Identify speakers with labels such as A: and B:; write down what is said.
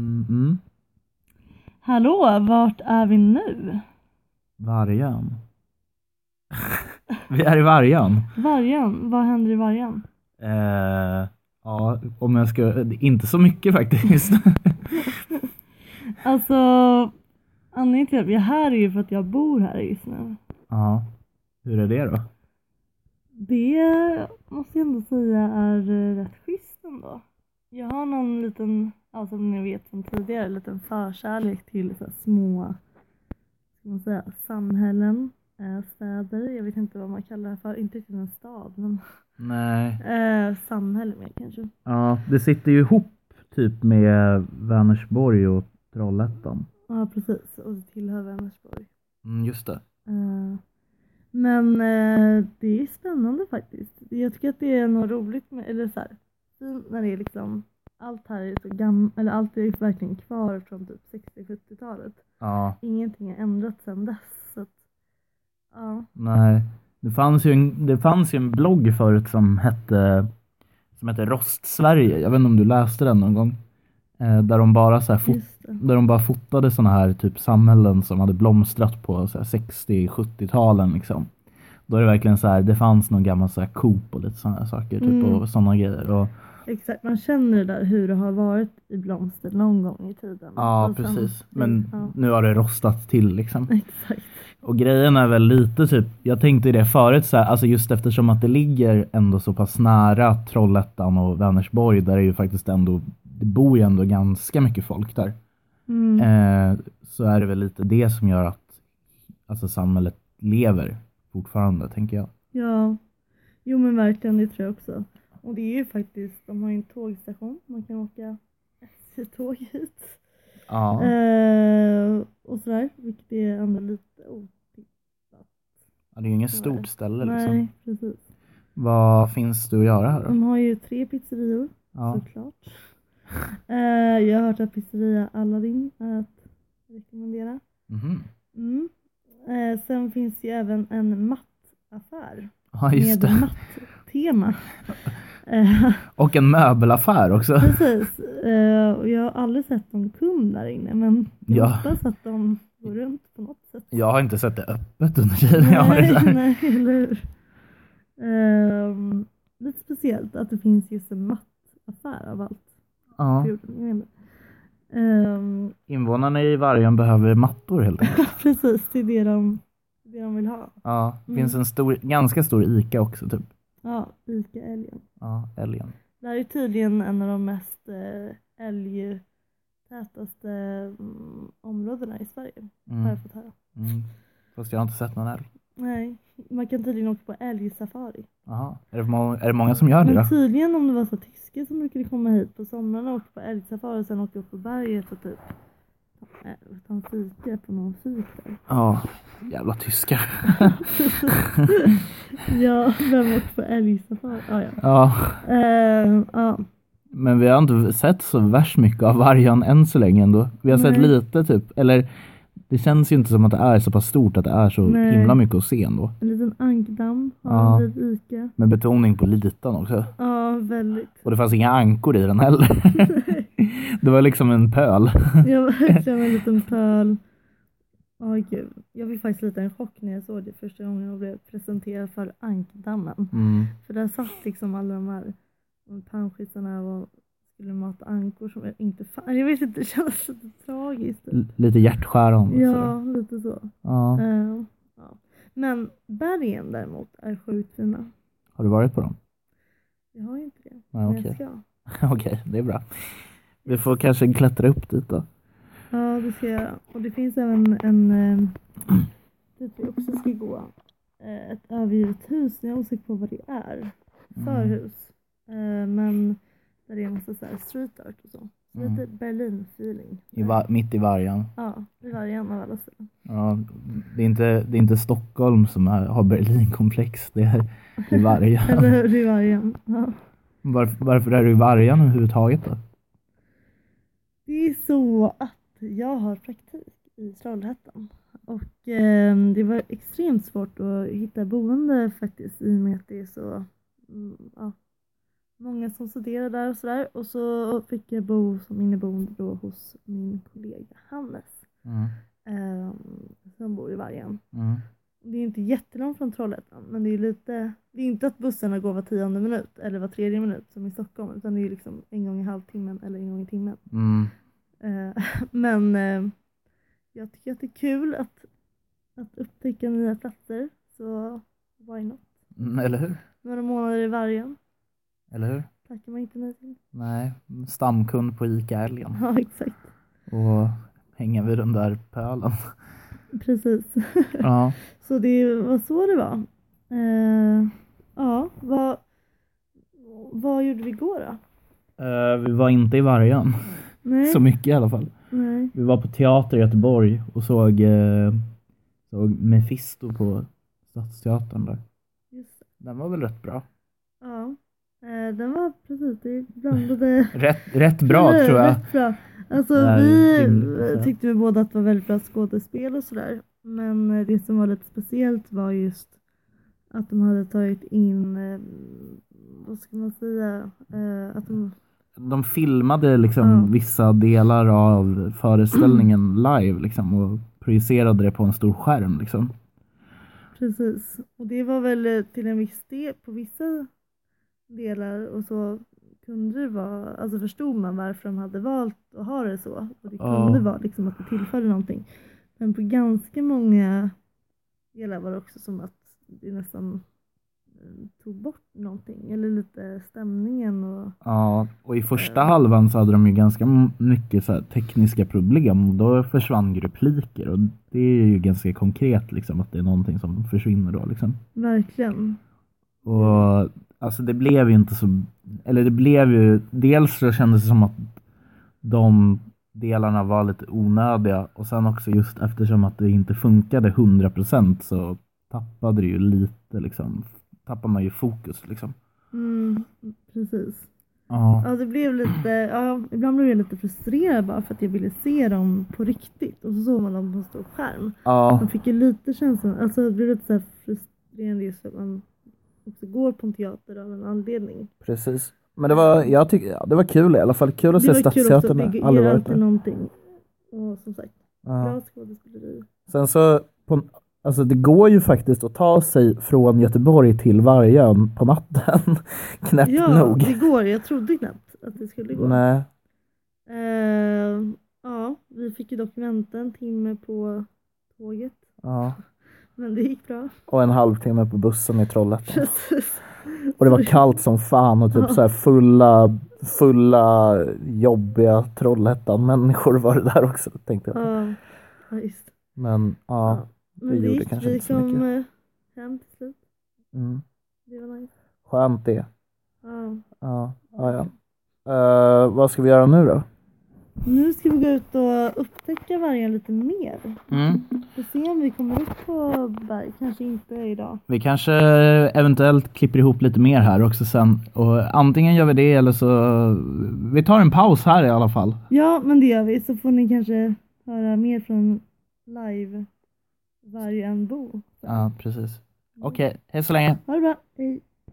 A: Mm.
B: Hallå, vart är vi nu?
A: Vargön. vi är i Vargön.
B: Vargen, vad händer i Vargen?
A: Eh, ja, om jag ska... Inte så mycket faktiskt.
B: Alltså, anledningen till att vi är här är ju för att jag bor här just nu.
A: ja. Hur är det då?
B: Det måste jag ändå säga är eh, rätt schysst ändå. Jag har någon liten, ja, som ni vet som tidigare, liten förkärlek till så här små ska man säga, samhällen, eh, städer. Jag vet inte vad man kallar det för, inte riktigt en stad men
A: Nej.
B: eh, samhälle mer kanske.
A: Ja, det sitter ju ihop typ med Vänersborg och Trollhättan.
B: Ja precis, och det tillhör Vänersborg.
A: Mm, just det.
B: Eh, Men eh, det är spännande faktiskt. Jag tycker att det är något roligt med, eller så här, fint när det är liksom allt här är så gammalt, eller allt är verkligen kvar från typ 60-70-talet.
A: Ja.
B: Ingenting har ändrats sedan dess. Så att, ja.
A: Nej. Det fanns ju en, det fanns ju en blogg förut som hette, som hette Rost-Sverige. Jag vet inte om du läste den någon gång? Eh, där, de bara så här fot,
B: Just det.
A: där de bara fotade sådana här typ samhällen som hade blomstrat på så här 60-70-talen. Liksom. Då är det verkligen så här, det fanns någon gammal så här Coop och lite sådana saker. Typ,
B: Mm.
A: och sådana grejer. Och,
B: Exakt, man känner det där hur det har varit i blomster någon gång i tiden.
A: ja,
B: Och sen-
A: precis. Men
B: Ja,
A: nu har det rostat till liksom.
B: exakt.
A: Och grejen är väl lite typ, jag tänkte det förut så här, alltså just eftersom att det ligger ändå så pass nära Trollhättan och Vänersborg där det ju faktiskt ändå, det bor ju ändå ganska mycket folk där.
B: Mm.
A: Eh, så är det väl lite det som gör att alltså samhället lever fortfarande, tänker jag.
B: Ja, jo men verkligen det tror jag också. Och det är ju faktiskt, de har ju en tågstation, man kan åka SJ-tåg hit.
A: Ja.
B: Eh, och sådär, vilket är ändå lite otippat.
A: Ja, det är ju inget stort ställe liksom.
B: Nej, Mm. precis.
A: Vad finns det att göra här då?
B: De har ju tre pizzerior
A: Ja.
B: såklart. Eh, jag har hört att pizzeria Aladdin är att rekommendera.
A: Mhm.
B: Mm. Eh, sen finns ju även en mattaffär
A: Ja, just
B: med
A: det.
B: mattema. Eh,
A: Och en möbelaffär också.
B: Precis, eh, och jag har aldrig sett någon kund där inne men jag
A: Ja.
B: hoppas att de går runt på något sätt.
A: Jag har inte sett det öppet under tiden jag har varit där.
B: nej, eller hur? Ehm, lite speciellt att det finns just en mattaffär av allt
A: Ja.
B: på jorden. Jag vet inte. Ehm,
A: Invånarna i Vargön behöver mattor helt enkelt.
B: precis, det är det de, det de vill ha.
A: Ja, det
B: Mm.
A: finns en stor, ganska stor ICA också typ.
B: Ja, Ica Älgen.
A: Ja, älgen.
B: Det här är tydligen en av de mest eh, älgtätaste mm, områdena i Sverige, har
A: Mm.
B: jag fått höra.
A: Mm. Fast jag har inte sett någon älg.
B: Nej, man kan tydligen åka på älgsafari.
A: Jaha, är det, må- är det många som gör det
B: Men typ-
A: då?
B: tydligen om det var så tyskar som brukade komma hit på somrarna och åka på älgsafari och sen åka upp på berget och typ eh, ta en fika på någon fik där.
A: Ja, jävla tyskar.
B: ja, vem åker på älgsafari? Ah, ja.
A: Ja,
B: Eh, ja.
A: men vi har inte sett så värst mycket av vargen än så länge ändå. Vi har sett
B: Nej.
A: lite typ, eller det känns ju inte som att det är så pass stort att det är så
B: Nej.
A: himla mycket att se ändå.
B: En liten ankdamm
A: Ja.
B: har vi vid Ica.
A: Med betoning på liten också.
B: Ja, väldigt.
A: Och det fanns inga ankor i den heller. det var liksom en pöl.
B: Jag var verkligen en liten pöl. Åh gud. Jag fick faktiskt lite en chock när jag såg det första gången jag blev presenterad för ankdammen.
A: Mm.
B: För där satt liksom alla de här panschisarna och skulle mata ankor som jag inte fann. Jag vet inte, det känns lite tragiskt.
A: L- lite hjärtskärande. sådär.
B: Ja, lite så.
A: ja.
B: Eh, ja. Men bergen däremot är sjukt fina.
A: Har du varit på dem?
B: Jag har ju inte det.
A: Nej,
B: men
A: okej.
B: jag ska.
A: Okej, det är bra. Vi får kanske klättra upp dit då.
B: Ja, det ska jag göra. Och det finns även en, eh, dit vi också ska gå, eh, ett övergivet hus. Jag är osäker på vad det är.
A: Mm.
B: Förhus. Eh, Men där det är en massa så här street art och så. Så
A: Mm.
B: Lite Berlin-feeling.
A: I va- mitt i vargen.
B: Ja, i vargen av alla ställen.
A: Ja, det, är inte, det är inte Stockholm som är, har Berlinkomplex, det är i vargen.
B: Eller hur, i vargen. Ja.
A: Varför, varför är du i vargen överhuvudtaget då?
B: Det är så att jag har praktik i Trollhättan. Och eh, det var extremt svårt att hitta boende faktiskt i och med att det är så, mm, ja, många som studerar där och sådär. Och så fick jag bo som inneboende då hos min kollega Hannes
A: Mm.
B: eh, som bor i Vargen.
A: Mm.
B: Det är inte jättelångt från Trollhättan men det är lite, det är inte att bussarna går var tionde minut eller var tredje minut som i Stockholm utan det är liksom en gång i halvtimmen eller en gång i timmen.
A: Mm.
B: Eh, men eh, jag tycker att det är kul att, att upptäcka nya platser så why not?
A: Mm. Eller hur?
B: Några månader i Vargen
A: Eller hur?
B: tackar man inte nej till.
A: Nej, stamkund på Ica Älgen.
B: Ja exakt,
A: Och hänga vid den där pölen.
B: precis.
A: Ja.
B: Så det var så det var. Eh, ja, vad, vad gjorde vi igår då?
A: Eh, vi var inte i Vargön.
B: Nej,
A: Så mycket i alla fall.
B: nej.
A: Vi var på teater i Göteborg och såg, eh, såg Mefisto på Stadsteatern där.
B: Just det.
A: Den var väl rätt bra?
B: Ja. Eh, den var precis, det blandade...
A: Rätt, rätt bra
B: Mm.
A: tror jag.
B: Rätt bra. Alltså
A: Nej,
B: vi
A: rimligt, alltså.
B: eh, tyckte vi båda att det var väldigt bra skådespel och sådär. Men eh, det som var lite speciellt var just att de hade tagit in, eh, vad ska man säga, eh, att de,
A: De filmade liksom
B: Ja.
A: vissa delar av föreställningen live liksom och projicerade det på en stor skärm liksom.
B: precis. Och det var väl eh, till en viss del, på vissa delar och så kunde det vara, alltså förstod man varför de hade valt att ha det så. Och det
A: Ja.
B: kunde vara liksom att det tillförde någonting. Men på ganska många delar var det också som att det nästan eh, tog bort någonting. Eller lite stämningen och
A: Ja, och i första halvan så hade de ju ganska m- mycket så här tekniska problem. Då försvann ju repliker och det är ju ganska konkret liksom att det är någonting som försvinner då liksom.
B: verkligen.
A: Och alltså det blev ju inte så, eller det blev ju, dels så kändes det som att de delarna var lite onödiga och sen också just eftersom att det inte funkade 100% så tappade det ju lite liksom, tappar man ju fokus liksom.
B: Mm, precis.
A: Ja.
B: Ja, det blev lite, ja, ibland blev jag lite frustrerad bara för att jag ville se dem på riktigt och så såg man dem på en stor skärm.
A: Ja,
B: Man fick ju lite känslan, alltså det blev lite så här frustrerande just för att man också går på en teater av en anledning.
A: precis. Men det var, jag tycker, ja, det var kul i alla fall. Kul att se
B: det var kul också att
A: Stadsteatern.
B: det
A: Jag har Aldrig
B: ger
A: varit
B: alltid
A: där.
B: någonting. Och som sagt,
A: Ja.
B: bra skådespeleri.
A: Sen så, på, alltså det går ju faktiskt att ta sig från Göteborg till Vargön på natten. Knäppt
B: Ja,
A: nog.
B: det går. Jag trodde knappt att det skulle gå.
A: Nej.
B: Eh, ja, vi fick ju dock vänta en timme på tåget.
A: Ja.
B: Men det gick bra.
A: Och en halvtimme på bussen i Trollhättan.
B: Precis.
A: Och det var kallt som fan och typ så här fulla, fulla jobbiga Trollhättan-människor var det där också tänkte jag.
B: Ja, ja, just.
A: Men ja.
B: Ja. Men det
A: gjorde
B: gick.
A: kanske
B: Vi
A: inte så mycket.
B: kom eh, hem till slut.
A: Mm.
B: Det var nice.
A: Skönt det.
B: Ja.
A: Ja, ja, ja. Eh, vad ska vi göra nu då?
B: Nu ska vi gå ut och upptäcka vargen lite mer. Vi får se om vi kommer upp på berg. Kanske inte idag.
A: Vi kanske eh, eventuellt klipper ihop lite mer här också sen. Och antingen gör vi det eller så... Vi tar en paus här i alla fall.
B: Ja, men det gör vi. Så får ni kanske höra mer från live vargen bo.
A: Ja, precis. Okej, hej så länge.
B: Ha det bra. Hej.